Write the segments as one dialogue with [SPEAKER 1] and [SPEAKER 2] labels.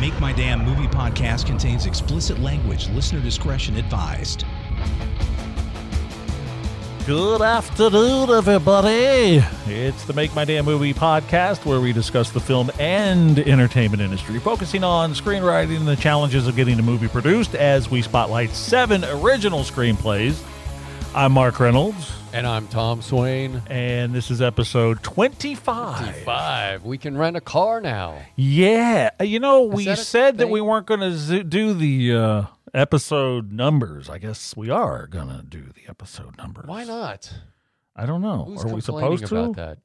[SPEAKER 1] Make My Damn Movie podcast contains explicit language. Listener discretion advised.
[SPEAKER 2] Good afternoon, everybody. It's the Make My Damn Movie podcast where we discuss the film and entertainment industry, focusing on screenwriting and the challenges of getting a movie produced as we spotlight seven original screenplays. I'm Mark Reynolds,
[SPEAKER 3] And I'm Tom Swain.
[SPEAKER 2] and this is episode 25.
[SPEAKER 3] Five. We can rent a car now.
[SPEAKER 2] Yeah. You know, we
[SPEAKER 3] that a
[SPEAKER 2] said that
[SPEAKER 3] thing?
[SPEAKER 2] we weren't going to do the uh, episode numbers. I guess we are going to do the episode numbers.
[SPEAKER 3] Why not?
[SPEAKER 2] I don't know.
[SPEAKER 3] Who's
[SPEAKER 2] Oh, are we
[SPEAKER 3] complaining
[SPEAKER 2] supposed
[SPEAKER 3] about
[SPEAKER 2] to?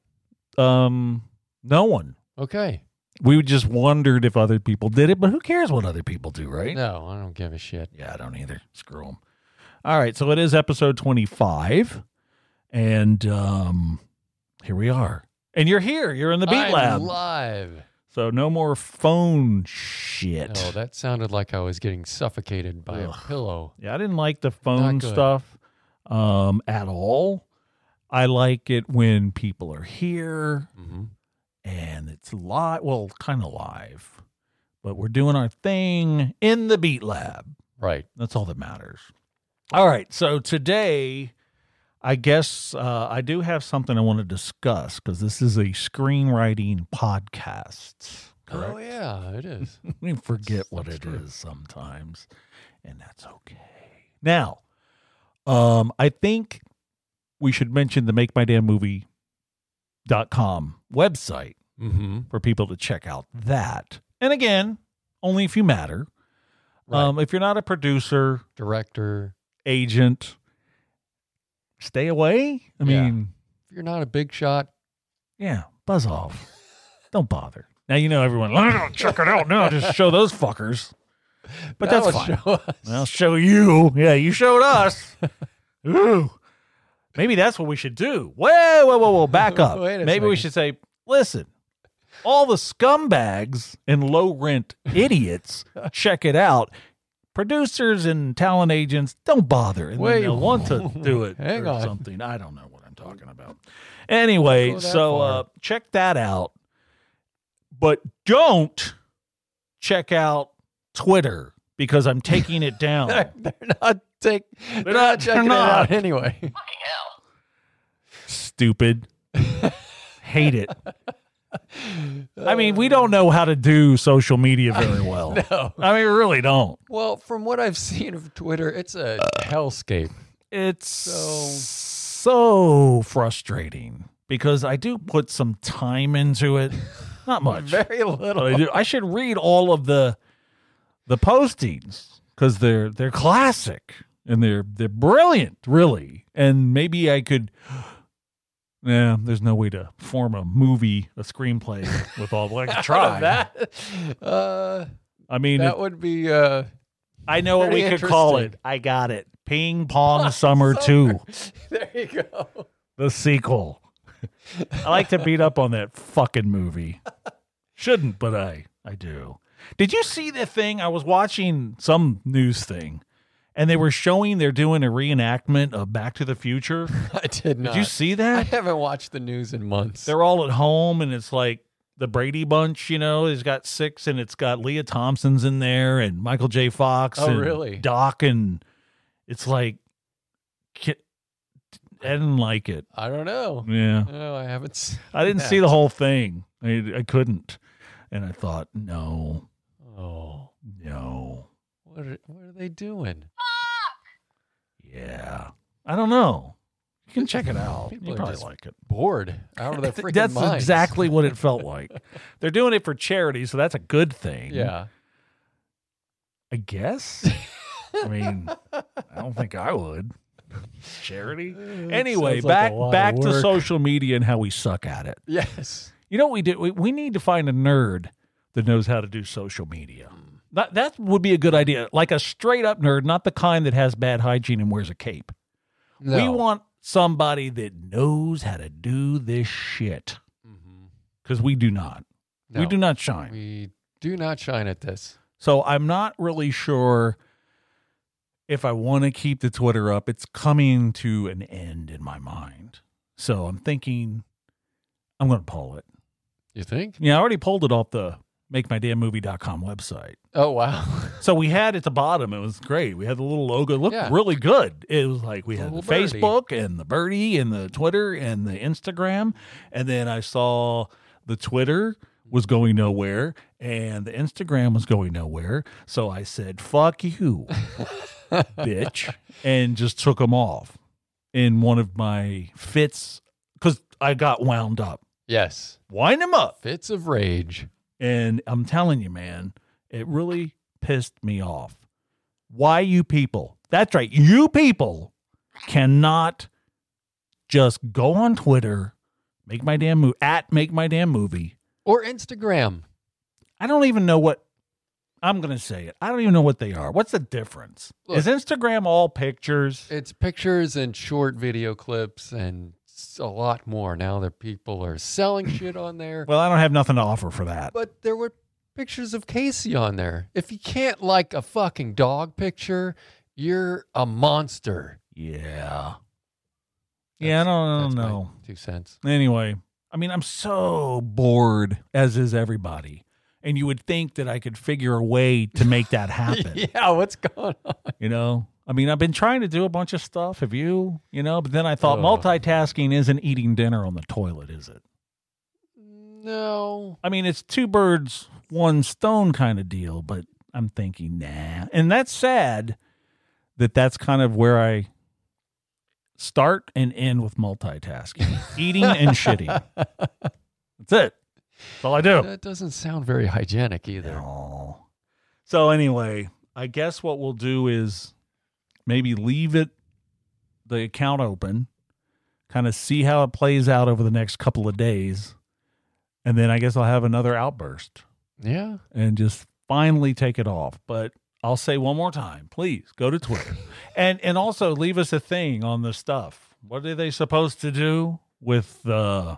[SPEAKER 3] that?
[SPEAKER 2] Um, no one.
[SPEAKER 3] Okay.
[SPEAKER 2] we just wondered if other people did it, but who cares what other people do, right?
[SPEAKER 3] No, I don't give a shit.
[SPEAKER 2] Yeah, I don't either. Screw them. All right, so it is episode 25, and um, here we are. And you're here. You're in the Beat
[SPEAKER 3] I'm
[SPEAKER 2] Lab.
[SPEAKER 3] live.
[SPEAKER 2] so no more phone shit.
[SPEAKER 3] Oh, that sounded like I was getting suffocated by
[SPEAKER 2] Ugh.
[SPEAKER 3] a pillow.
[SPEAKER 2] yeah, I didn't like the phone
[SPEAKER 3] good.
[SPEAKER 2] stuff um, at all. I like it when people are here
[SPEAKER 3] hmm
[SPEAKER 2] and it's live. Well, kind of live, but we're doing our thing in the Beat Lab.
[SPEAKER 3] Right.
[SPEAKER 2] That's all that matters. All right. So today, I guess uh, I do have something I want to discuss because this is a screenwriting podcast.
[SPEAKER 3] Oh yeah, it is.
[SPEAKER 2] We forget what it is sometimes, and that's okay. Now, um, I think we should mention the Make My Damn Movie dot com website
[SPEAKER 3] mm-hmm.
[SPEAKER 2] for people to check out that. And again, only if you matter.
[SPEAKER 3] Right.
[SPEAKER 2] Um, if you're not a producer,
[SPEAKER 3] Director.
[SPEAKER 2] agent stay away i
[SPEAKER 3] Yeah.
[SPEAKER 2] mean
[SPEAKER 3] If you're not a big shot,
[SPEAKER 2] yeah buzz off don't bother now you know everyone "Oh, check it out now just show those fuckers but
[SPEAKER 3] that'll
[SPEAKER 2] that's fine
[SPEAKER 3] Show us.
[SPEAKER 2] i'll show you yeah you showed us Ooh. maybe that's what we should do whoa whoa whoa whoa back up
[SPEAKER 3] Wait a
[SPEAKER 2] maybe we
[SPEAKER 3] second.
[SPEAKER 2] should say listen all the scumbags and low rent idiots check it out producers and talent agents don't bother and
[SPEAKER 3] Wait.
[SPEAKER 2] they want to do it
[SPEAKER 3] Hang
[SPEAKER 2] or
[SPEAKER 3] on.
[SPEAKER 2] something i don't know what i'm talking about anyway
[SPEAKER 3] Don't go that
[SPEAKER 2] so
[SPEAKER 3] far.
[SPEAKER 2] uh, check that out but don't check out twitter because i'm taking it down
[SPEAKER 3] they're, they're not take. They're,
[SPEAKER 2] not-
[SPEAKER 3] not checking
[SPEAKER 2] they're not.
[SPEAKER 3] it out anyway.
[SPEAKER 2] stupid hate it i mean we don't know how to do social media very well
[SPEAKER 3] No.
[SPEAKER 2] i mean we really don't
[SPEAKER 3] Well, from what I've seen of Twitter, it's a hellscape.
[SPEAKER 2] It's so,
[SPEAKER 3] So-
[SPEAKER 2] frustrating because I do put some time into it. Not much.
[SPEAKER 3] Very
[SPEAKER 2] but
[SPEAKER 3] little.
[SPEAKER 2] I, do. I should read all of the the postings because they're they're classic and they're they're brilliant, really. And maybe I could. Yeah, there's no way to form a movie, a screenplay with all. Well, I could try.
[SPEAKER 3] that. Uh,
[SPEAKER 2] I mean,
[SPEAKER 3] that would be uh,
[SPEAKER 2] I know what we
[SPEAKER 3] pretty
[SPEAKER 2] could call it.
[SPEAKER 3] interesting.
[SPEAKER 2] I got it. Ping pong summer two.
[SPEAKER 3] There you go.
[SPEAKER 2] the sequel. I like to beat up on that fucking movie. Shouldn't, but I I do. Did you see the thing? I was watching some news thing, and they were showing they're doing a reenactment of Back to the Future.
[SPEAKER 3] I did not.
[SPEAKER 2] Did you see
[SPEAKER 3] I
[SPEAKER 2] that?
[SPEAKER 3] haven't watched the news in months.
[SPEAKER 2] They're all at home, and it's like the Brady Bunch. You know, it's got six, and it's got Leah Thompson's in there, and Michael J. Fox.
[SPEAKER 3] Oh,
[SPEAKER 2] and
[SPEAKER 3] really?
[SPEAKER 2] Doc, and it's like, ki- I didn't like it.
[SPEAKER 3] I don't know.
[SPEAKER 2] Yeah.
[SPEAKER 3] No, I haven't. s-
[SPEAKER 2] I didn't see the whole thing. I, I couldn't. And I thought, no,
[SPEAKER 3] Oh,
[SPEAKER 2] no,
[SPEAKER 3] what are, what are they doing?
[SPEAKER 2] yeah. I don't know. You can check it out.
[SPEAKER 3] People
[SPEAKER 2] You
[SPEAKER 3] are
[SPEAKER 2] probably
[SPEAKER 3] just
[SPEAKER 2] like it.
[SPEAKER 3] Bored out of their
[SPEAKER 2] Th-
[SPEAKER 3] freaking
[SPEAKER 2] that's
[SPEAKER 3] minds.
[SPEAKER 2] exactly what it felt like. They're doing it for charity, so that's a good thing.
[SPEAKER 3] Yeah.
[SPEAKER 2] I guess. I mean, I don't think I would. Charity? Anyway, back back to
[SPEAKER 3] social.
[SPEAKER 2] social media and how we suck at it.
[SPEAKER 3] Yes.
[SPEAKER 2] You know what we do? We, we need to find a nerd that knows how to do social media. That that would be a good idea. Like a straight up nerd, not the kind that has bad hygiene and wears a cape. We
[SPEAKER 3] No.
[SPEAKER 2] want somebody that knows how to do this shit
[SPEAKER 3] Mhm.
[SPEAKER 2] because we do not. We
[SPEAKER 3] No.
[SPEAKER 2] do not shine.
[SPEAKER 3] We do not shine at this.
[SPEAKER 2] So I'm not really sure if I want to keep the Twitter up. It's coming to an end in my mind. So I'm thinking I'm going to pull it.
[SPEAKER 3] You think?
[SPEAKER 2] Yeah, I already pulled it off the make my damn movie.com website.
[SPEAKER 3] Oh wow.
[SPEAKER 2] So we had at the bottom, it was great. We had the little logo. It looked
[SPEAKER 3] Yeah.
[SPEAKER 2] really good. It was like we had the
[SPEAKER 3] Little birdie.
[SPEAKER 2] Facebook and the birdie and the Twitter and the Instagram. And then I saw the Twitter was going nowhere and the Instagram was going nowhere. So I said, fuck you, bitch, and just took them off in one of my fits because I got wound up.
[SPEAKER 3] yes.
[SPEAKER 2] Wind them up.
[SPEAKER 3] Fits of rage.
[SPEAKER 2] And I'm telling you, man, it really pissed me off. Why you people? That's right. You people cannot just go on Twitter, make my damn movie, at make my damn movie.
[SPEAKER 3] Or Instagram.
[SPEAKER 2] I don't even know what I'm going to say it. I don't even know what they are. What's the difference?
[SPEAKER 3] Look.
[SPEAKER 2] Is Instagram all pictures?
[SPEAKER 3] It's pictures and short video clips and s- a lot more now that people are selling shit on there.
[SPEAKER 2] well, I don't have nothing to offer for that.
[SPEAKER 3] But there were pictures of Casey on there. If you can't like a fucking dog picture, you're a monster.
[SPEAKER 2] yeah. Yeah, I don't, I don't
[SPEAKER 3] That's my
[SPEAKER 2] know.
[SPEAKER 3] Two cents.
[SPEAKER 2] Anyway, I mean, I'm so bored, as is everybody. And you would think that I could figure a way to make that happen.
[SPEAKER 3] yeah, what's going on?
[SPEAKER 2] You know, I mean, I've been trying to do a bunch of stuff. Have you? You know, but then I thought
[SPEAKER 3] Oh.
[SPEAKER 2] multitasking isn't eating dinner on the toilet, is it?
[SPEAKER 3] No.
[SPEAKER 2] I mean, it's two birds, one stone kind of deal, but I'm thinking, nah. And that's sad that that's kind of where I start and end with multitasking eating and shitting. That's it. That's all I do.
[SPEAKER 3] That doesn't sound very hygienic either.
[SPEAKER 2] Oh. No. So anyway, I guess what we'll do is maybe leave it the account open, kind of see how it plays out over the next couple of days, and then I guess I'll have another outburst
[SPEAKER 3] Yeah.
[SPEAKER 2] and just finally take it off. But I'll say one more time, please go to Twitter. and and also leave us a thing on the stuff. What are they supposed to do with the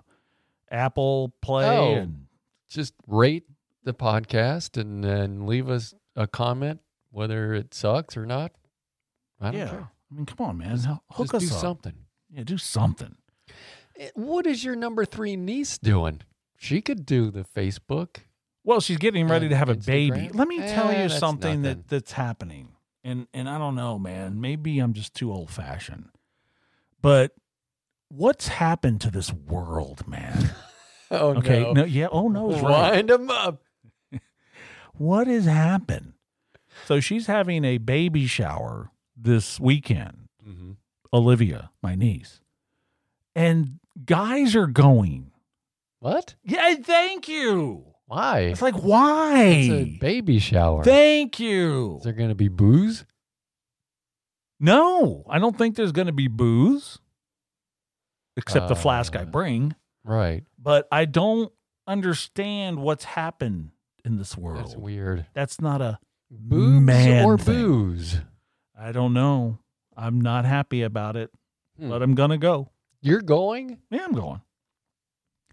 [SPEAKER 2] Apple Play
[SPEAKER 3] Oh.
[SPEAKER 2] and
[SPEAKER 3] Just rate the podcast and then leave us a comment whether it sucks or not. I don't
[SPEAKER 2] yeah.
[SPEAKER 3] care.
[SPEAKER 2] I mean, come on, man. Hook
[SPEAKER 3] Just
[SPEAKER 2] us
[SPEAKER 3] do
[SPEAKER 2] up.
[SPEAKER 3] something.
[SPEAKER 2] Yeah, do something.
[SPEAKER 3] Eh, What is your number three niece doing? She could do the Facebook.
[SPEAKER 2] Well, she's getting ready
[SPEAKER 3] And
[SPEAKER 2] to have a baby.
[SPEAKER 3] Uh, Instagram?
[SPEAKER 2] Let me tell
[SPEAKER 3] Eh,
[SPEAKER 2] you
[SPEAKER 3] that's
[SPEAKER 2] something
[SPEAKER 3] nothing.
[SPEAKER 2] that, that's happening. And and I don't know, man. Maybe I'm just too old fashioned. But what's happened to this world, man?
[SPEAKER 3] Oh
[SPEAKER 2] okay. No. yeah, oh no, it's right.
[SPEAKER 3] Wind them up.
[SPEAKER 2] What has happened? So she's having a baby shower this weekend.
[SPEAKER 3] Mm-hmm.
[SPEAKER 2] Olivia, my niece. And guys are going.
[SPEAKER 3] What?
[SPEAKER 2] Yeah, thank you.
[SPEAKER 3] Why?
[SPEAKER 2] It's like why?
[SPEAKER 3] It's a baby shower.
[SPEAKER 2] Thank you.
[SPEAKER 3] Is there going to be booze?
[SPEAKER 2] No, I don't think there's going to be booze, except the flask I
[SPEAKER 3] Uh,
[SPEAKER 2] bring.
[SPEAKER 3] Right.
[SPEAKER 2] But I don't understand what's happened in this world.
[SPEAKER 3] That's weird.
[SPEAKER 2] That's not a.
[SPEAKER 3] Boobs
[SPEAKER 2] Man
[SPEAKER 3] or
[SPEAKER 2] thing.
[SPEAKER 3] booze?
[SPEAKER 2] I don't know. I'm not happy about it,
[SPEAKER 3] Hmm.
[SPEAKER 2] but I'm gonna go.
[SPEAKER 3] You're going?
[SPEAKER 2] Yeah, I'm going.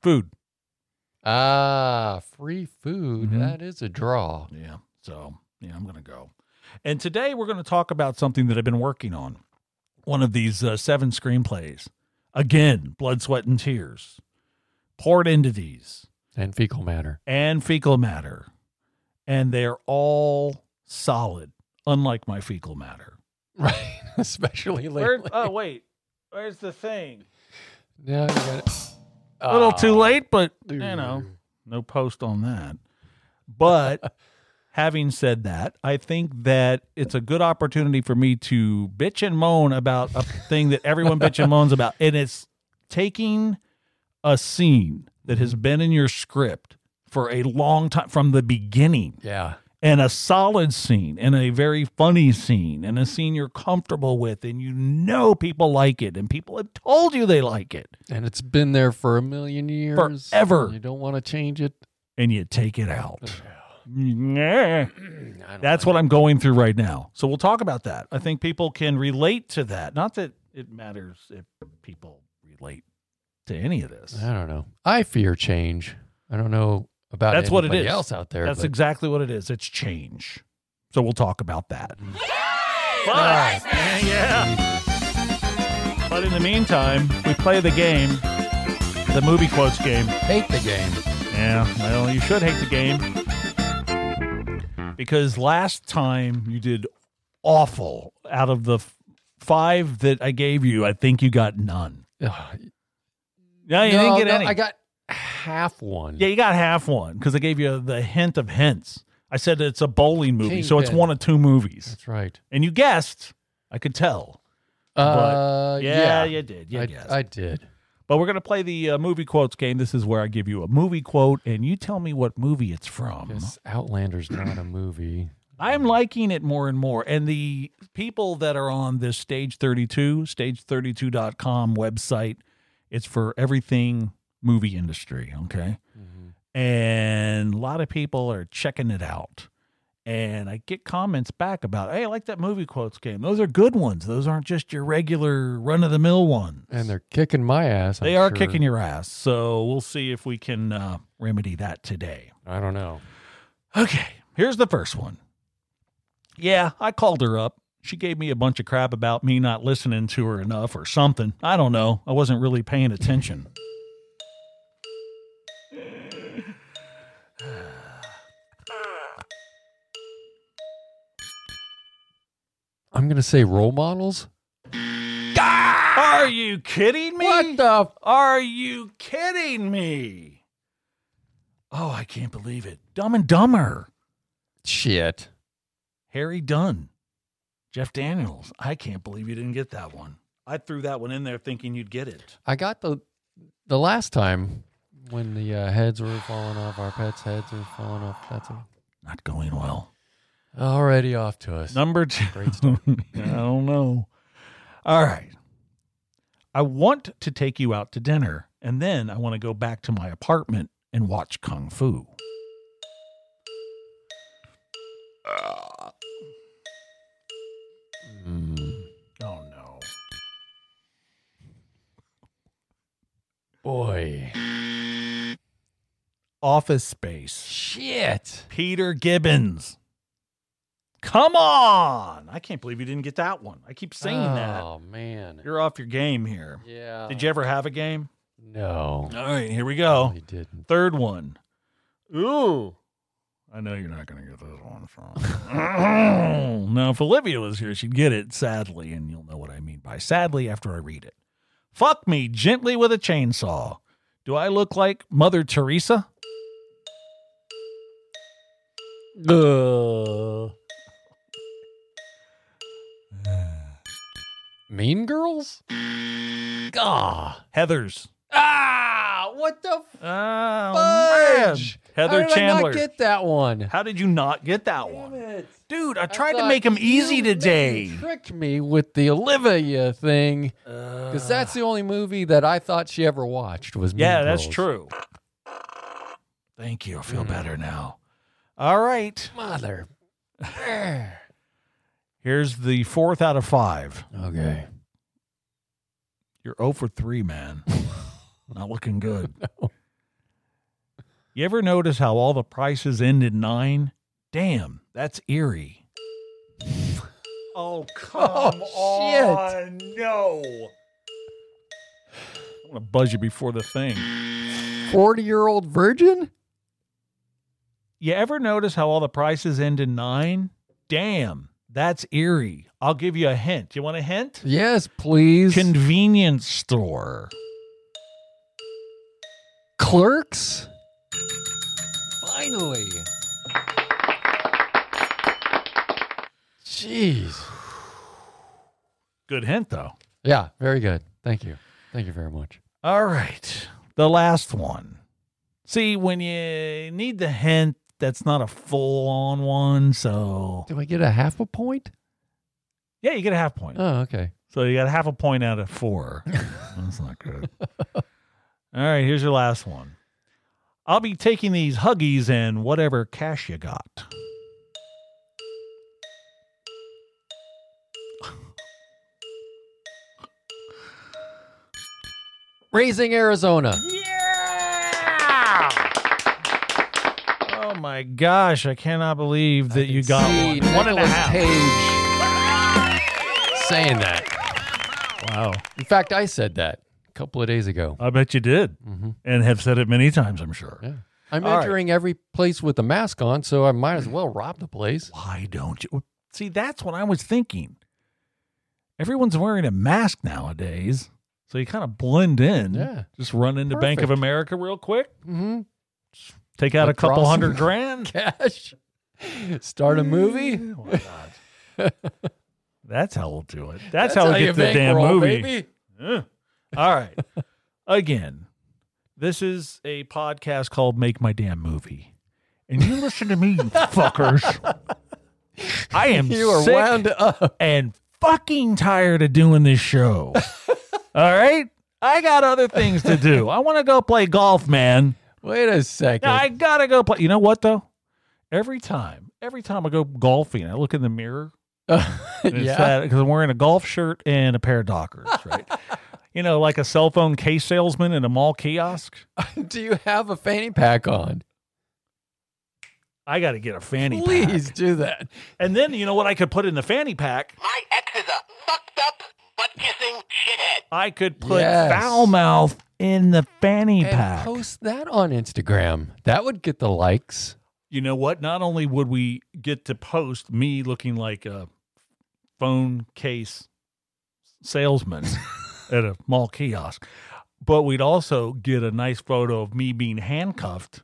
[SPEAKER 2] Food.
[SPEAKER 3] Ah, free food.
[SPEAKER 2] Mhm.
[SPEAKER 3] That is a draw.
[SPEAKER 2] Yeah. So yeah, I'm gonna go. And today we're gonna talk about something that I've been working on. One of these uh, seven screenplays. Again, blood, sweat, and tears poured into these.
[SPEAKER 3] And fecal matter.
[SPEAKER 2] and fecal matter, and they're all solid, unlike my fecal matter.
[SPEAKER 3] Right. Especially lately.
[SPEAKER 2] oh, wait. Where's the thing?
[SPEAKER 3] Now you got it.
[SPEAKER 2] A little too
[SPEAKER 3] Ah,
[SPEAKER 2] late, but, you
[SPEAKER 3] dude.
[SPEAKER 2] know, no post on that. But having said that, I think that it's a good opportunity for me to bitch and moan about a thing that everyone bitch and moans about. And it's taking a scene that has been in your script for a long time from the beginning
[SPEAKER 3] Yeah.
[SPEAKER 2] and a solid scene and a very funny scene and a scene you're comfortable with and you know people like it and people have told you they like it
[SPEAKER 3] And it's been there for a million years.
[SPEAKER 2] Forever.
[SPEAKER 3] You don't want to change it.
[SPEAKER 2] and you take it out. Yeah.
[SPEAKER 3] Mm, I don't
[SPEAKER 2] That's what I'm going through right now. So we'll talk about that. I think people can relate to that. Not that it matters if people relate to any of this.
[SPEAKER 3] I don't know. I fear change. I don't know about
[SPEAKER 2] That's what it
[SPEAKER 3] anybody
[SPEAKER 2] is.
[SPEAKER 3] else out there.
[SPEAKER 2] That's
[SPEAKER 3] but-
[SPEAKER 2] exactly what it is. It's change. So we'll talk about that. But, yeah. But in the meantime, we play the game, the movie quotes game.
[SPEAKER 3] hate the game.
[SPEAKER 2] Yeah, well, you should hate the game. because last time you did awful. Out of the f- five that I gave you, I think you got none.
[SPEAKER 3] Ugh,
[SPEAKER 2] Yeah, you
[SPEAKER 3] no,
[SPEAKER 2] didn't get
[SPEAKER 3] no,
[SPEAKER 2] any.
[SPEAKER 3] I got half one.
[SPEAKER 2] yeah, you got half one because I gave you the hint of hints. I said it's a bowling movie, so it's
[SPEAKER 3] Kingpin.
[SPEAKER 2] one of two movies,
[SPEAKER 3] That's right.
[SPEAKER 2] and you guessed. I could tell.
[SPEAKER 3] Uh,
[SPEAKER 2] yeah,
[SPEAKER 3] yeah,
[SPEAKER 2] you did. You
[SPEAKER 3] I,
[SPEAKER 2] guessed.
[SPEAKER 3] I did.
[SPEAKER 2] but we're gonna play the uh, movie quotes game. This is where I give you a movie quote, and you tell me what movie it's from.
[SPEAKER 3] Yes, Outlander's not a movie.
[SPEAKER 2] I'm liking it more and more. And the people that are on this Stage 32, stage32.com website, it's for everything movie industry. Okay. And a lot of people are checking it out. And I get comments back about, hey, I like that movie quotes game. Those are good ones. Those aren't just your regular run of the mill ones.
[SPEAKER 3] And they're kicking my ass.
[SPEAKER 2] they are kicking your ass. So we'll see if we can uh, remedy that today.
[SPEAKER 3] I don't know.
[SPEAKER 2] Okay, here's the first one. Yeah, I called her up. She gave me a bunch of crap about me not listening to her enough or something. I don't know. I wasn't really paying attention.
[SPEAKER 3] I'm gonna say role models.
[SPEAKER 2] Are you kidding me?
[SPEAKER 3] Ah! What the?
[SPEAKER 2] Are you kidding me? Oh, I can't believe it. Dumb and Dumber.
[SPEAKER 3] Shit.
[SPEAKER 2] Harry Dunn. Jeff Daniels. I can't believe you didn't get that one. I threw that one in there thinking you'd get it.
[SPEAKER 3] I got the the last time when the uh, heads were falling off, our pets' heads were falling off. That's a,
[SPEAKER 2] Not going well.
[SPEAKER 3] already off to us.
[SPEAKER 2] Number two.
[SPEAKER 3] Great stuff.
[SPEAKER 2] I don't know. All right. I want to take you out to dinner, and then I want to go back to my apartment and watch Kung Fu.
[SPEAKER 3] Mm.
[SPEAKER 2] Oh, no.
[SPEAKER 3] Boy,
[SPEAKER 2] Office Space.
[SPEAKER 3] shit.
[SPEAKER 2] Peter Gibbons. Come on. I can't believe you didn't get that one. I keep saying that.
[SPEAKER 3] Oh man.
[SPEAKER 2] You're off your game here.
[SPEAKER 3] yeah.
[SPEAKER 2] Did you ever have a game?
[SPEAKER 3] No.
[SPEAKER 2] All right, here we go.
[SPEAKER 3] No, he didn't.
[SPEAKER 2] Third one. Ooh. I know you're not going to get this one from. now, if Olivia was here, she'd get it, sadly, and you'll know what I mean by sadly after I read it. Fuck me gently with a chainsaw. Do I look like Mother Teresa?
[SPEAKER 3] Uh. Mean Girls? Gah.
[SPEAKER 2] Heather's.
[SPEAKER 3] Ah, what the
[SPEAKER 2] Oh, man.
[SPEAKER 3] fudge?
[SPEAKER 2] Heather
[SPEAKER 3] How did
[SPEAKER 2] Chandler.
[SPEAKER 3] I not get that one.
[SPEAKER 2] How did you not get that
[SPEAKER 3] Damn
[SPEAKER 2] one?
[SPEAKER 3] it.
[SPEAKER 2] Dude, I
[SPEAKER 3] I
[SPEAKER 2] tried to
[SPEAKER 3] thought
[SPEAKER 2] make them
[SPEAKER 3] you
[SPEAKER 2] easy
[SPEAKER 3] really
[SPEAKER 2] today.
[SPEAKER 3] Tricked me with the Olivia thing because that's the only movie that I thought she ever watched was. Mean
[SPEAKER 2] Yeah, that's true.
[SPEAKER 3] Girls. Hmm.
[SPEAKER 2] Thank you. I feel better now. All right.
[SPEAKER 3] Mother.
[SPEAKER 2] Here's the fourth out of five.
[SPEAKER 3] okay.
[SPEAKER 2] You're 0 for 3, man. Not looking good. You ever notice how all the prices end in nine? Damn, that's eerie. oh,
[SPEAKER 3] come
[SPEAKER 2] shit. No. I'm going to buzz you before the thing.
[SPEAKER 3] Forty-year-old virgin.
[SPEAKER 2] You ever notice how all the prices end in nine? Damn, that's eerie. I'll give you a hint. You want a hint?
[SPEAKER 3] Yes, please.
[SPEAKER 2] Convenience store.
[SPEAKER 3] Clerks. Finally. Jeez.
[SPEAKER 2] Good hint, though.
[SPEAKER 3] Yeah, very good. Thank you. Thank you very much.
[SPEAKER 2] All right. The last one. See, when you need the hint, that's not a full on one. So,
[SPEAKER 3] Do I get a half a point?
[SPEAKER 2] yeah, you get a half point.
[SPEAKER 3] Oh, okay.
[SPEAKER 2] So, you got half a point out of four. that's not good. All right. Here's your last one. I'll be taking these huggies and whatever cash you got.
[SPEAKER 3] Raising Arizona.
[SPEAKER 2] Yeah! Oh my gosh, I cannot believe that you got
[SPEAKER 3] See
[SPEAKER 2] one. One and a
[SPEAKER 3] Nicolas
[SPEAKER 2] half.
[SPEAKER 3] Cage saying that.
[SPEAKER 2] Wow.
[SPEAKER 3] In fact, I said that a couple of days ago.
[SPEAKER 2] I bet you did.
[SPEAKER 3] Mhm.
[SPEAKER 2] And have said it many times, I'm sure.
[SPEAKER 3] Yeah. I'm
[SPEAKER 2] Oh. All right.
[SPEAKER 3] entering every place with a mask on, so I might as well rob the place.
[SPEAKER 2] Why don't you? See, that's what I was thinking. Everyone's wearing a mask nowadays, so you kind of blend in.
[SPEAKER 3] Yeah.
[SPEAKER 2] Just run into Bank of
[SPEAKER 3] Perfect.
[SPEAKER 2] America real quick,
[SPEAKER 3] Mm-hmm.
[SPEAKER 2] take out a
[SPEAKER 3] Withdraw
[SPEAKER 2] couple
[SPEAKER 3] some-
[SPEAKER 2] hundred grand.
[SPEAKER 3] Cash. Start a movie.
[SPEAKER 2] Eh, why not? That's how we'll do it. That's,
[SPEAKER 3] That's
[SPEAKER 2] how we
[SPEAKER 3] you
[SPEAKER 2] get to the damn
[SPEAKER 3] bankroll,
[SPEAKER 2] movie.
[SPEAKER 3] baby.
[SPEAKER 2] Eh. All right. Again, this is a podcast called Make My Damn Movie. And you listen to me, you fuckers. I am
[SPEAKER 3] You are
[SPEAKER 2] sick
[SPEAKER 3] wound up.
[SPEAKER 2] and fucking tired of doing this show. All right? I got other things to do. I want to go play golf, man.
[SPEAKER 3] Wait a second.
[SPEAKER 2] I got to go play. You know what, though? Every time, every time I go golfing, I look in the mirror
[SPEAKER 3] yeah.
[SPEAKER 2] because I'm wearing a golf shirt and a pair of Dockers, right? you know, like a cell phone case salesman in a mall kiosk.
[SPEAKER 3] Do you have a fanny pack on?
[SPEAKER 2] I got to get a fanny
[SPEAKER 3] Please
[SPEAKER 2] pack.
[SPEAKER 3] do that.
[SPEAKER 2] And then you know what I could put in the fanny pack?
[SPEAKER 4] My ex is a fucked up, butt kissing shithead.
[SPEAKER 2] I could put
[SPEAKER 3] Yes.
[SPEAKER 2] foul mouth in the fanny
[SPEAKER 3] And
[SPEAKER 2] pack.
[SPEAKER 3] post that on Instagram. That would get the likes.
[SPEAKER 2] you know what? Not only would we get to post me looking like a phone case salesman at a mall kiosk, but we'd also get a nice photo of me being handcuffed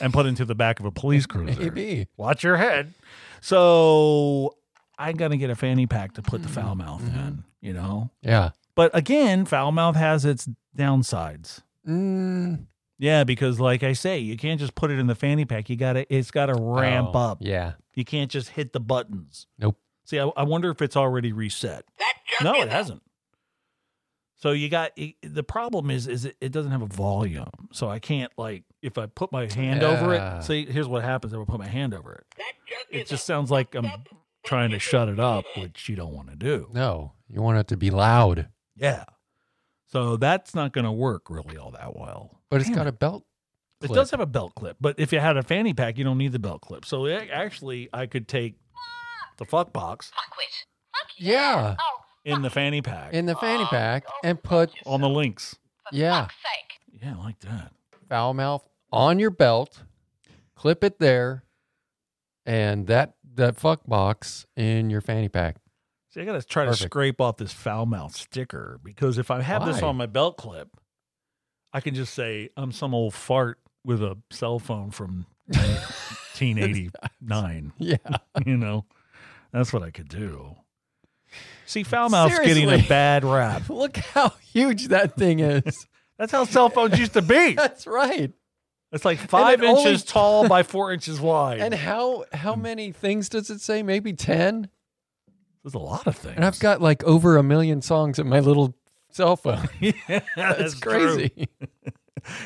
[SPEAKER 2] and put into the back of a police cruiser.
[SPEAKER 3] Maybe.
[SPEAKER 2] Watch your head. So I'm going to get a fanny pack to put the
[SPEAKER 3] Mm-hmm.
[SPEAKER 2] foul mouth in, you know?
[SPEAKER 3] Yeah.
[SPEAKER 2] But again, foul mouth has its downsides.
[SPEAKER 3] Mm,
[SPEAKER 2] Yeah, because like I say, you can't just put it in the fanny pack. You got to it's got to ramp
[SPEAKER 3] oh,
[SPEAKER 2] up.
[SPEAKER 3] Yeah.
[SPEAKER 2] You can't just hit the buttons.
[SPEAKER 3] Nope.
[SPEAKER 2] See, I, I wonder if it's already reset.
[SPEAKER 4] That jerk
[SPEAKER 2] No,
[SPEAKER 4] is
[SPEAKER 2] it hasn't. So you got i- the problem is is it, it doesn't have a volume, so I can't like if I put my hand over
[SPEAKER 3] Yeah.
[SPEAKER 2] it. See, here's what happens: if I put my hand over it,
[SPEAKER 4] A, that jerk
[SPEAKER 2] it
[SPEAKER 4] is
[SPEAKER 2] just
[SPEAKER 4] a
[SPEAKER 2] sounds like I'm
[SPEAKER 4] fucked up, butt
[SPEAKER 2] trying to
[SPEAKER 4] kissing
[SPEAKER 2] shut it up,
[SPEAKER 4] shithead.
[SPEAKER 2] which you don't want to do.
[SPEAKER 3] No. You want it to be loud,
[SPEAKER 2] Yeah, so that's not going to work really all that well.
[SPEAKER 3] but it's
[SPEAKER 2] Damn
[SPEAKER 3] got
[SPEAKER 2] it.
[SPEAKER 3] a belt.
[SPEAKER 2] It does have a belt clip, but if you had a fanny pack, you don't need the belt clip. So it, actually, I could take the fuck box
[SPEAKER 4] Fuckwit. Fuck you.
[SPEAKER 3] Yeah.
[SPEAKER 4] Oh,
[SPEAKER 2] in the fanny pack
[SPEAKER 3] In the fanny pack and put,
[SPEAKER 2] on the links.
[SPEAKER 3] yeah,
[SPEAKER 4] sake.
[SPEAKER 2] Yeah, I like that.
[SPEAKER 3] foul mouth on your belt, clip it there, and that, that fuck box in your fanny pack.
[SPEAKER 2] See, I gotta try to
[SPEAKER 3] Perfect.
[SPEAKER 2] scrape off this foul mouth sticker because if I have this
[SPEAKER 3] Why?
[SPEAKER 2] on my belt clip, I can just say I'm some old fart with a cell phone from 1989.
[SPEAKER 3] Yeah.
[SPEAKER 2] you know, that's what I could do. See, foul mouth's getting a
[SPEAKER 3] Seriously.
[SPEAKER 2] bad rap.
[SPEAKER 3] Look how huge that thing is.
[SPEAKER 2] That's how cell phones used to be.
[SPEAKER 3] That's right.
[SPEAKER 2] It's like five
[SPEAKER 3] it only-
[SPEAKER 2] inches tall by four inches wide.
[SPEAKER 3] And how how many things does it say? Maybe 10?
[SPEAKER 2] There's a lot of things.
[SPEAKER 3] And I've got like over a million songs at my little cell phone.
[SPEAKER 2] yeah, that's,
[SPEAKER 3] That's
[SPEAKER 2] true.
[SPEAKER 3] crazy.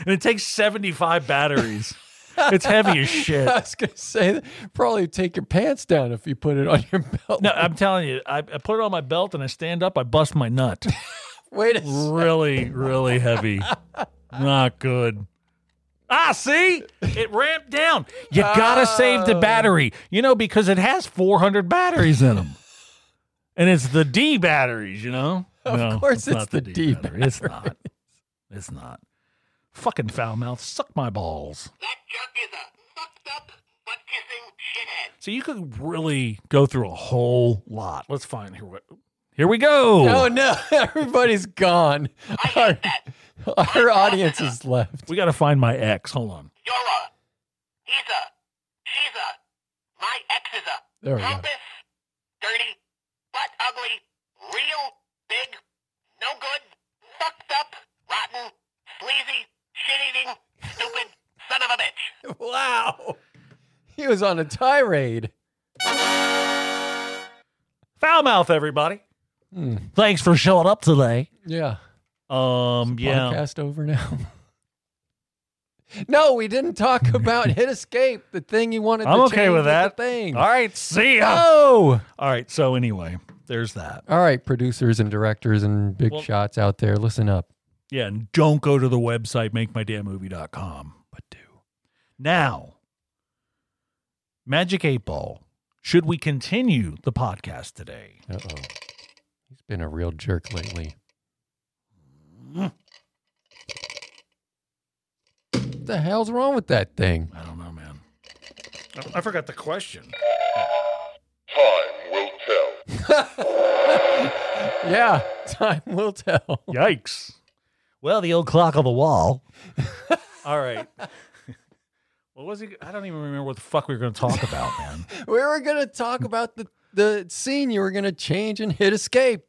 [SPEAKER 2] And it takes 75 batteries. it's heavy as shit.
[SPEAKER 3] I was gonna say probably take your pants down if you put it on your belt.
[SPEAKER 2] No, I'm telling you, I, I put it on my belt and I stand up, I bust my nut.
[SPEAKER 3] Wait a s-
[SPEAKER 2] really, really heavy. Not good. Ah, see? It ramped down. You gotta save the battery. You know, because it has 400 batteries in them. And it's the D batteries, you know?
[SPEAKER 3] Of course it's the D
[SPEAKER 2] It's not. It's not. Fucking foul mouth, suck my balls.
[SPEAKER 4] That jerk is a fucked up, butt kissing shithead.
[SPEAKER 2] So you could really go through a whole lot. Let's find here. What, here we go.
[SPEAKER 3] Oh no, everybody's gone. Our, our audience is left.
[SPEAKER 2] We got to find my ex. Hold on.
[SPEAKER 4] You're a. He's a. She's a. My ex is a.
[SPEAKER 3] There we go.
[SPEAKER 4] pompous, dirty, butt ugly, real big, no good, fucked up, rotten, sleazy, shit eating, stupid son of a bitch.
[SPEAKER 3] Wow. He was on a tirade.
[SPEAKER 2] Foul mouth, everybody.
[SPEAKER 3] Hmm.
[SPEAKER 2] Thanks for showing up today.
[SPEAKER 3] Yeah.
[SPEAKER 2] Um, yeah.
[SPEAKER 3] Podcast over now. No, we didn't talk about hit escape, the thing you wanted
[SPEAKER 2] I'm
[SPEAKER 3] to
[SPEAKER 2] okay
[SPEAKER 3] change
[SPEAKER 2] with
[SPEAKER 3] the
[SPEAKER 2] that.
[SPEAKER 3] thing.
[SPEAKER 2] All right. See ya.
[SPEAKER 3] Oh.
[SPEAKER 2] All right. So, anyway, there's that.
[SPEAKER 3] All right, producers and directors and big
[SPEAKER 2] Well-
[SPEAKER 3] shots out there, listen up.
[SPEAKER 2] Yeah. And don't go to the website, makemydamnmovie.com.
[SPEAKER 3] But do.
[SPEAKER 2] Now, Magic 8 Ball, should we continue the podcast today?
[SPEAKER 3] Uh oh. He's been a real jerk lately. What the hell's wrong with that thing?
[SPEAKER 2] I don't know, man. I, I forgot the question.
[SPEAKER 5] Time will tell.
[SPEAKER 3] Yeah, time will tell.
[SPEAKER 2] Yikes. Well, the old clock on the wall. All right. What was he? I don't even remember what the fuck we were going to talk about, man.
[SPEAKER 3] We were gonna talk about the the scene you were gonna change and hit escape.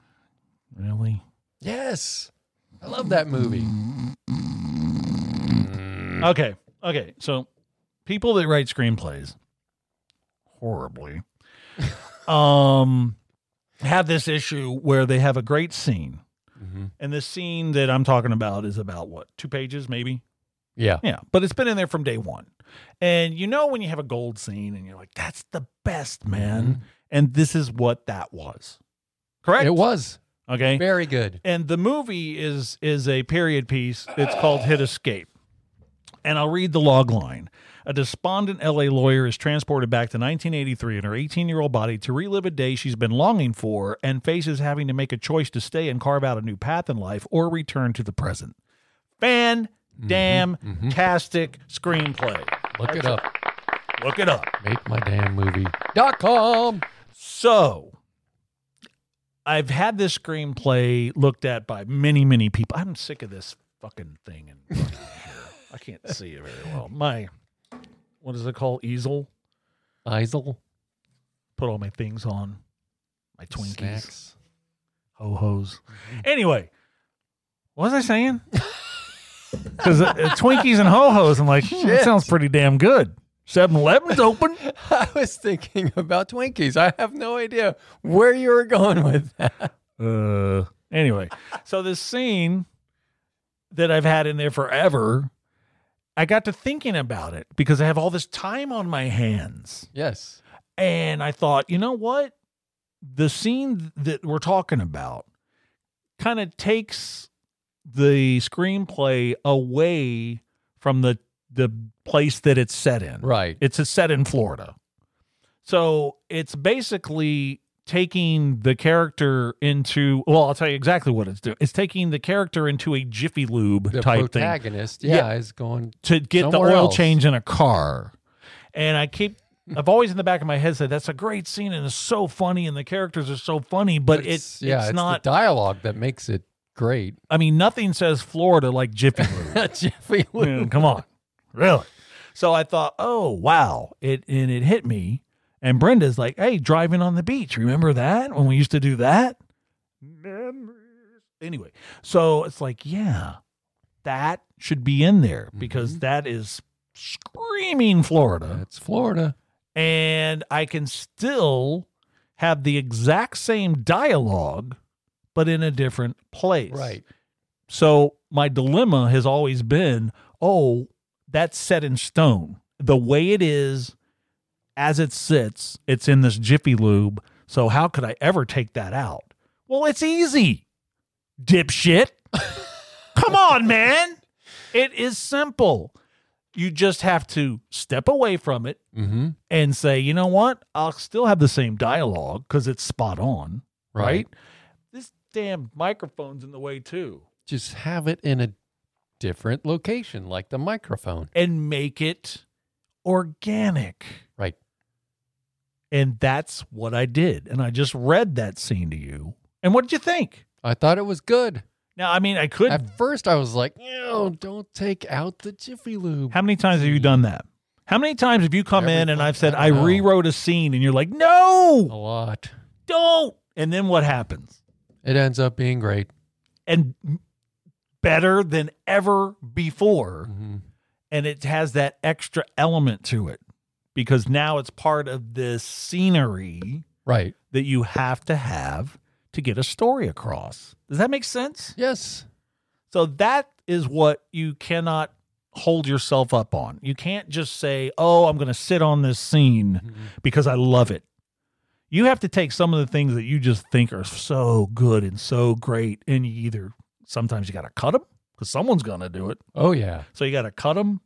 [SPEAKER 2] really?
[SPEAKER 3] Yes, I love that movie.
[SPEAKER 2] Okay. Okay. So, people that write screenplays horribly um have this issue where they have a great scene.
[SPEAKER 3] Mhm.
[SPEAKER 2] And the scene that I'm talking about is about what? 2 pages maybe?
[SPEAKER 3] Yeah,
[SPEAKER 2] Yeah, but it's been in there from day one. And you know when you have a gold scene and you're like, that's the best, man. And this is what that was. Correct?
[SPEAKER 3] Mm-hmm. it was
[SPEAKER 2] Okay.
[SPEAKER 3] very good.
[SPEAKER 2] And the movie is is a period piece. It's called Hit Escape. And I'll read the log line. A despondent LA lawyer is transported back to 1983 in her 18 year old body to relive a day she's been longing for and faces having to make a choice to stay and carve out a new path in life or return to the present. Fan damn tastic screenplay.
[SPEAKER 3] Look it up.
[SPEAKER 2] Look it up.
[SPEAKER 3] Make my damn movie.com.
[SPEAKER 2] So I've had this screenplay looked at by many, many people. I'm sick of this fucking thing. And I can't see it very well. My, what is it called? Easel.
[SPEAKER 3] Eisel.
[SPEAKER 2] Put all my things on. My Twinkies,
[SPEAKER 3] Snacks. Mm-hmm.
[SPEAKER 2] ho hos. Anyway, what was I saying? Because uh, Twinkies and ho hos, I'm like, hmm, that
[SPEAKER 3] Shit.
[SPEAKER 2] sounds pretty damn good. 7 Eleven's open.
[SPEAKER 3] I was thinking about Twinkies. I have no idea where you were going with that.
[SPEAKER 2] Uh, anyway, so this scene that I've had in there forever, I got to thinking about it because I have all this time on my hands.
[SPEAKER 3] Yes.
[SPEAKER 2] And I thought, you know what? The scene that we're talking about kind of takes the screenplay away from the the place that it's set in.
[SPEAKER 3] Right.
[SPEAKER 2] It's a set in Florida. So it's basically taking the character into well, I'll tell you exactly what it's doing. It's taking the character into a Jiffy Lube
[SPEAKER 3] The
[SPEAKER 2] type thing
[SPEAKER 3] protagonist,
[SPEAKER 2] Yeah.
[SPEAKER 3] yeah, is going.
[SPEAKER 2] to get
[SPEAKER 3] somewhere
[SPEAKER 2] the oil
[SPEAKER 3] else.
[SPEAKER 2] change in a car. And I keep I've always in the back of my head said that's a great scene and it's so funny and the characters are so funny, but it, it's,
[SPEAKER 3] yeah, it's,
[SPEAKER 2] not
[SPEAKER 3] the dialogue that makes it great.
[SPEAKER 2] I mean nothing says Florida like Jiffy Lube.
[SPEAKER 3] Jeffy Lou.
[SPEAKER 2] Yeah, come on, really. So I thought, oh wow, it and it hit me. And Brenda's like, hey, driving on the beach. Remember that when we used to do that? Memories. Anyway, so it's like, yeah, that should be in there because that is screaming Florida
[SPEAKER 3] That's Florida.
[SPEAKER 2] and I can still have the exact same dialogue, but in a different place.
[SPEAKER 3] Right.
[SPEAKER 2] So my dilemma has always been oh, that's set in stone. The way it is, as it sits, it's in this Jiffy Lube. So how could I ever take that out? Well, it's easy, dipshit. Come on, man. It is simple. You just have to step away from it
[SPEAKER 3] Mm-hmm.
[SPEAKER 2] and say, you know what? I'll still have the same dialogue because it's spot on, right?
[SPEAKER 3] Right.
[SPEAKER 2] This damn microphone's in the way too,
[SPEAKER 3] Just have it in a different location, like the microphone.
[SPEAKER 2] and make it organic.
[SPEAKER 3] Right.
[SPEAKER 2] And that's what I did. And I just read that scene to you. And what did you think?
[SPEAKER 3] I thought it was good.
[SPEAKER 2] Now, I mean, I could.
[SPEAKER 3] At first, I was like, "No, don't take out the Jiffy Lube."
[SPEAKER 2] How many times have you done that? How many times have you come
[SPEAKER 3] Every
[SPEAKER 2] in and
[SPEAKER 3] fuck-
[SPEAKER 2] I've said,
[SPEAKER 3] I
[SPEAKER 2] I,
[SPEAKER 3] don't know.
[SPEAKER 2] rewrote a scene, and you're like, no,
[SPEAKER 3] A lot.
[SPEAKER 2] don't. And then what happens?
[SPEAKER 3] It ends up being great.
[SPEAKER 2] And better than ever before.
[SPEAKER 3] Mhm.
[SPEAKER 2] and it has that extra element to it because now it's part of this scenery
[SPEAKER 3] Right.
[SPEAKER 2] that you have to have to get a story across. Does that make sense?
[SPEAKER 3] Yes.
[SPEAKER 2] So that is what you cannot hold yourself up on. You can't just say, "Oh, I'm going to sit on this scene because I love it." You have to take some of the things that you just think are so good and so great and you either sometimes you got to cut them cuz someone's going to do it
[SPEAKER 3] Oh yeah.
[SPEAKER 2] so you got to cut them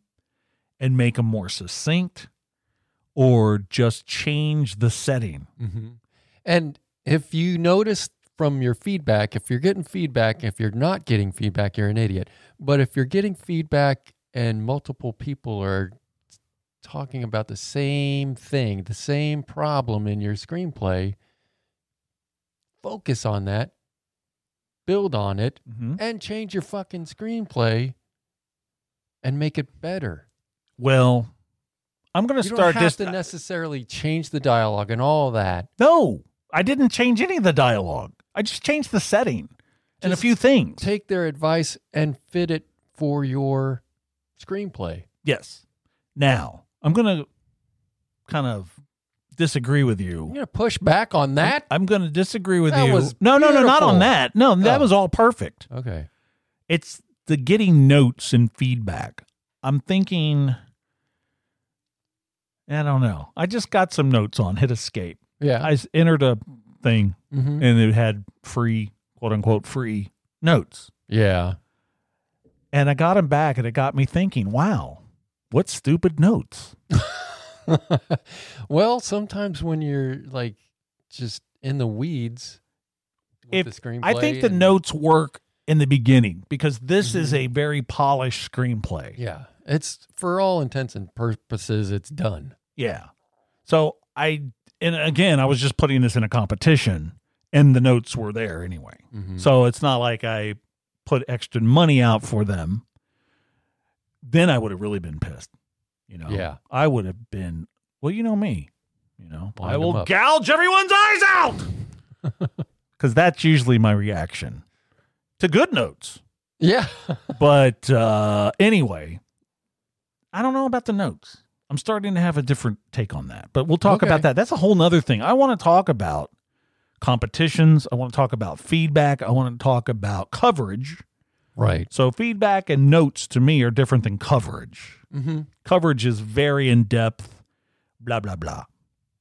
[SPEAKER 2] and make them more succinct or just change the setting.
[SPEAKER 3] hmm And if you notice from your feedback, if you're getting feedback, if you're not getting feedback, you're an idiot. But if you're getting feedback and multiple people are talking about the same thing, the same problem in your screenplay, focus on that, build on it,
[SPEAKER 2] Mhm.
[SPEAKER 3] and change your fucking screenplay and make it better.
[SPEAKER 2] Well, I'm going to
[SPEAKER 3] you
[SPEAKER 2] start
[SPEAKER 3] don't have
[SPEAKER 2] this.
[SPEAKER 3] to necessarily change the dialogue and all that.
[SPEAKER 2] no, I didn't change any of the dialogue. I just changed the setting and a
[SPEAKER 3] Just
[SPEAKER 2] few things.
[SPEAKER 3] Take their advice and fit it for your screenplay.
[SPEAKER 2] yes. Now, I'm going to kind of disagree with you.
[SPEAKER 3] I'm gonna push back on that.
[SPEAKER 2] I'm going to disagree with
[SPEAKER 3] That
[SPEAKER 2] you.
[SPEAKER 3] was
[SPEAKER 2] no, no, no, not on
[SPEAKER 3] beautiful.
[SPEAKER 2] that. No, that
[SPEAKER 3] Oh.
[SPEAKER 2] was all perfect.
[SPEAKER 3] Okay.
[SPEAKER 2] It's the getting notes and feedback. I'm thinking, I don't know. I just got some notes on hit escape.
[SPEAKER 3] Yeah.
[SPEAKER 2] I s- entered a thing
[SPEAKER 3] Mhm.
[SPEAKER 2] and it had free, quote unquote, free notes.
[SPEAKER 3] Yeah.
[SPEAKER 2] And I got them back and it got me thinking, wow, what stupid notes.
[SPEAKER 3] well, sometimes when you're like just in the weeds with
[SPEAKER 2] If-
[SPEAKER 3] the screenplay,
[SPEAKER 2] I think the
[SPEAKER 3] and-
[SPEAKER 2] notes work in the beginning because this is
[SPEAKER 3] Mhm.
[SPEAKER 2] a very polished screenplay.
[SPEAKER 3] Yeah, it's for all intents and purposes, it's done.
[SPEAKER 2] Yeah. So I and again, I was just putting this in a competition and the notes were there anyway.
[SPEAKER 3] Mhm.
[SPEAKER 2] So it's not like I put extra money out for them. Then I would have really been pissed. You know.
[SPEAKER 3] Yeah.
[SPEAKER 2] I would have been well, you know me. You know.
[SPEAKER 3] Wind
[SPEAKER 2] I
[SPEAKER 3] 'em
[SPEAKER 2] will
[SPEAKER 3] up.
[SPEAKER 2] gouge everyone's eyes out. Cause that's usually my reaction to good notes.
[SPEAKER 3] Yeah.
[SPEAKER 2] But uh anyway, I don't know about the notes. I'm starting to have a different take on that. But we'll talk
[SPEAKER 3] Okay.
[SPEAKER 2] about that. That's a whole nother thing. I want to talk about competitions. I want to talk about feedback. I want to talk about coverage.
[SPEAKER 3] right.
[SPEAKER 2] So feedback and notes to me are different than coverage.
[SPEAKER 3] Mm-hmm.
[SPEAKER 2] Coverage is very in depth, blah, blah, blah.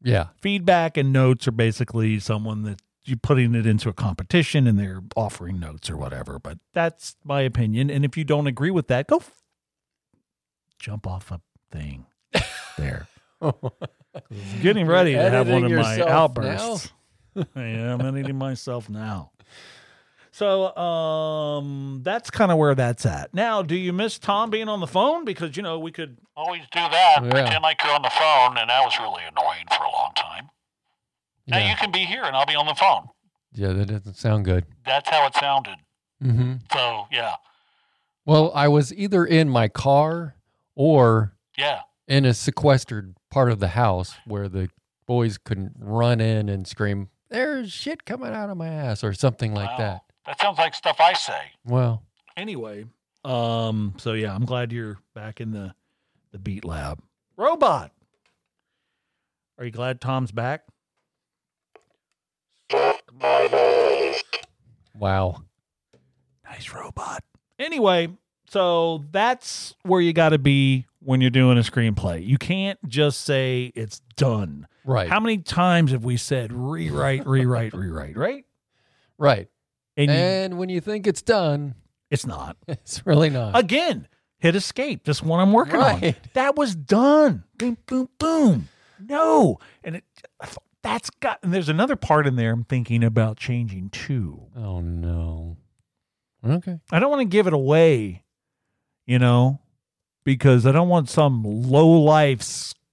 [SPEAKER 3] Yeah.
[SPEAKER 2] Feedback and notes are basically someone that you're putting it into a competition and they're offering notes or whatever. But that's my opinion. And if you don't agree with that, go f- jump off a thing there. Getting ready to have one of
[SPEAKER 3] Editing
[SPEAKER 2] my
[SPEAKER 3] yourself
[SPEAKER 2] outbursts. I am editing myself now. So um, that's kind of where that's at. Now, do you miss Tom being on the phone? Because you know we could
[SPEAKER 6] Always do that.
[SPEAKER 3] Yeah.
[SPEAKER 6] Pretend like you're on the phone, and that was really annoying for a long time. Now
[SPEAKER 3] Yeah.
[SPEAKER 6] you can be here, and I'll be on the phone.
[SPEAKER 3] yeah, that doesn't sound good.
[SPEAKER 6] That's how it sounded.
[SPEAKER 3] Mm-hmm.
[SPEAKER 6] So yeah,
[SPEAKER 3] Well, I was either in my car or
[SPEAKER 6] yeah,
[SPEAKER 3] in a sequestered part of the house where the boys couldn't run in and scream, "There's shit coming out of my ass" or something like
[SPEAKER 6] Wow.
[SPEAKER 3] that.
[SPEAKER 6] that sounds like stuff I say.
[SPEAKER 3] Well,
[SPEAKER 2] anyway. Um, so yeah, I'm glad you're back in the the beat lab. Robot, are you glad Tom's back?
[SPEAKER 3] wow.
[SPEAKER 2] Nice robot. Anyway, so that's where you got to be when you're doing a screenplay. You can't just say it's done.
[SPEAKER 3] Right.
[SPEAKER 2] How many times have we said rewrite, rewrite, rewrite, right?
[SPEAKER 3] right.
[SPEAKER 2] And, you-
[SPEAKER 3] And when you think it's done,
[SPEAKER 2] it's not.
[SPEAKER 3] it's really not.
[SPEAKER 2] Again, hit escape. This one I'm working on.
[SPEAKER 3] Right.
[SPEAKER 2] That was done. Boom, boom, boom. No. And it, I thought, that's got, and there's another part in there I'm thinking about changing too.
[SPEAKER 3] oh no. Okay.
[SPEAKER 2] I don't want to give it away, you know, because I don't want some low life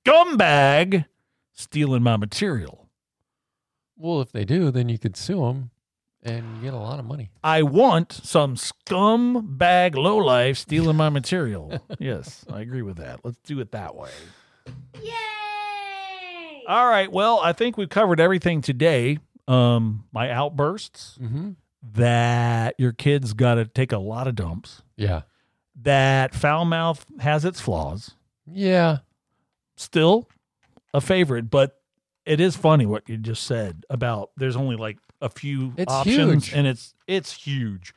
[SPEAKER 2] scumbag stealing my material.
[SPEAKER 3] Well, if they do, then you could sue them and get a lot of money.
[SPEAKER 2] I want some scumbag low life stealing my material. yes, I agree with that. Let's do it that way.
[SPEAKER 7] Yay!
[SPEAKER 2] All right. Well, I think we've covered everything today. Um, my outbursts
[SPEAKER 3] Mm-hmm.
[SPEAKER 2] that your kids got to take a lot of dumps.
[SPEAKER 3] Yeah.
[SPEAKER 2] That foul mouth has its flaws.
[SPEAKER 3] Yeah.
[SPEAKER 2] still a favorite, but it is funny what you just said about there's only like a few
[SPEAKER 3] It's
[SPEAKER 2] options
[SPEAKER 3] huge.
[SPEAKER 2] and it's it's huge.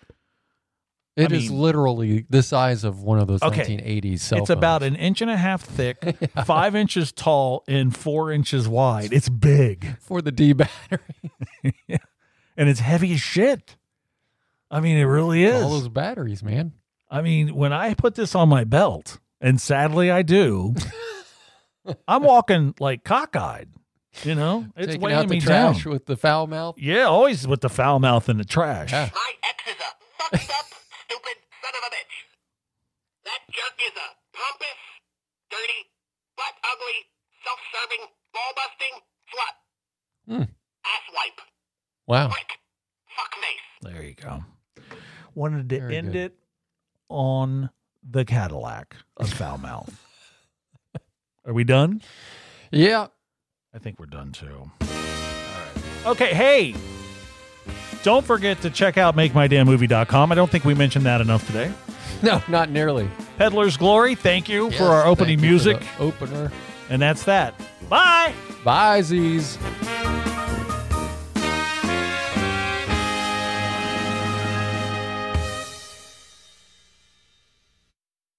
[SPEAKER 3] It is
[SPEAKER 2] mean-
[SPEAKER 3] literally the size of one of those
[SPEAKER 2] Okay.
[SPEAKER 3] 1980s cell
[SPEAKER 2] it's about
[SPEAKER 3] phones.
[SPEAKER 2] an inch and a half thick, five inches tall, and four inches wide. It's big
[SPEAKER 3] for the D battery.
[SPEAKER 2] and it's heavy as shit. I mean, it really is.
[SPEAKER 3] All those batteries, man.
[SPEAKER 2] I mean, when I put this on my belt, and sadly I do, I'm walking like cockeyed. You know, it's
[SPEAKER 3] Taking
[SPEAKER 2] weighing
[SPEAKER 3] out the
[SPEAKER 2] me
[SPEAKER 3] trash
[SPEAKER 2] down.
[SPEAKER 3] with the foul mouth.
[SPEAKER 2] Yeah, always with the foul mouth and the trash.
[SPEAKER 3] Yeah.
[SPEAKER 4] My ex is a fucked up, stupid son of a bitch. That jerk is a pompous, dirty, butt ugly, self serving, ball busting slut.
[SPEAKER 3] Hmm.
[SPEAKER 4] Asswipe.
[SPEAKER 3] Wow.
[SPEAKER 4] Prick. Fuckface.
[SPEAKER 2] There you go. Wanted to
[SPEAKER 3] Very
[SPEAKER 2] end
[SPEAKER 3] good.
[SPEAKER 2] it on the Cadillac of Foulmouth. Are we done?
[SPEAKER 3] Yeah.
[SPEAKER 2] I think we're done too. Okay, hey. Don't forget to check out makemydamnmovie.com. I don't think we mentioned that enough today.
[SPEAKER 3] No, not nearly.
[SPEAKER 2] Peddler's Glory, thank you for
[SPEAKER 3] Yes,
[SPEAKER 2] our opening
[SPEAKER 3] thank you for
[SPEAKER 2] music.
[SPEAKER 3] the Opener.
[SPEAKER 2] And that's that. Bye.
[SPEAKER 3] Bye, Z's.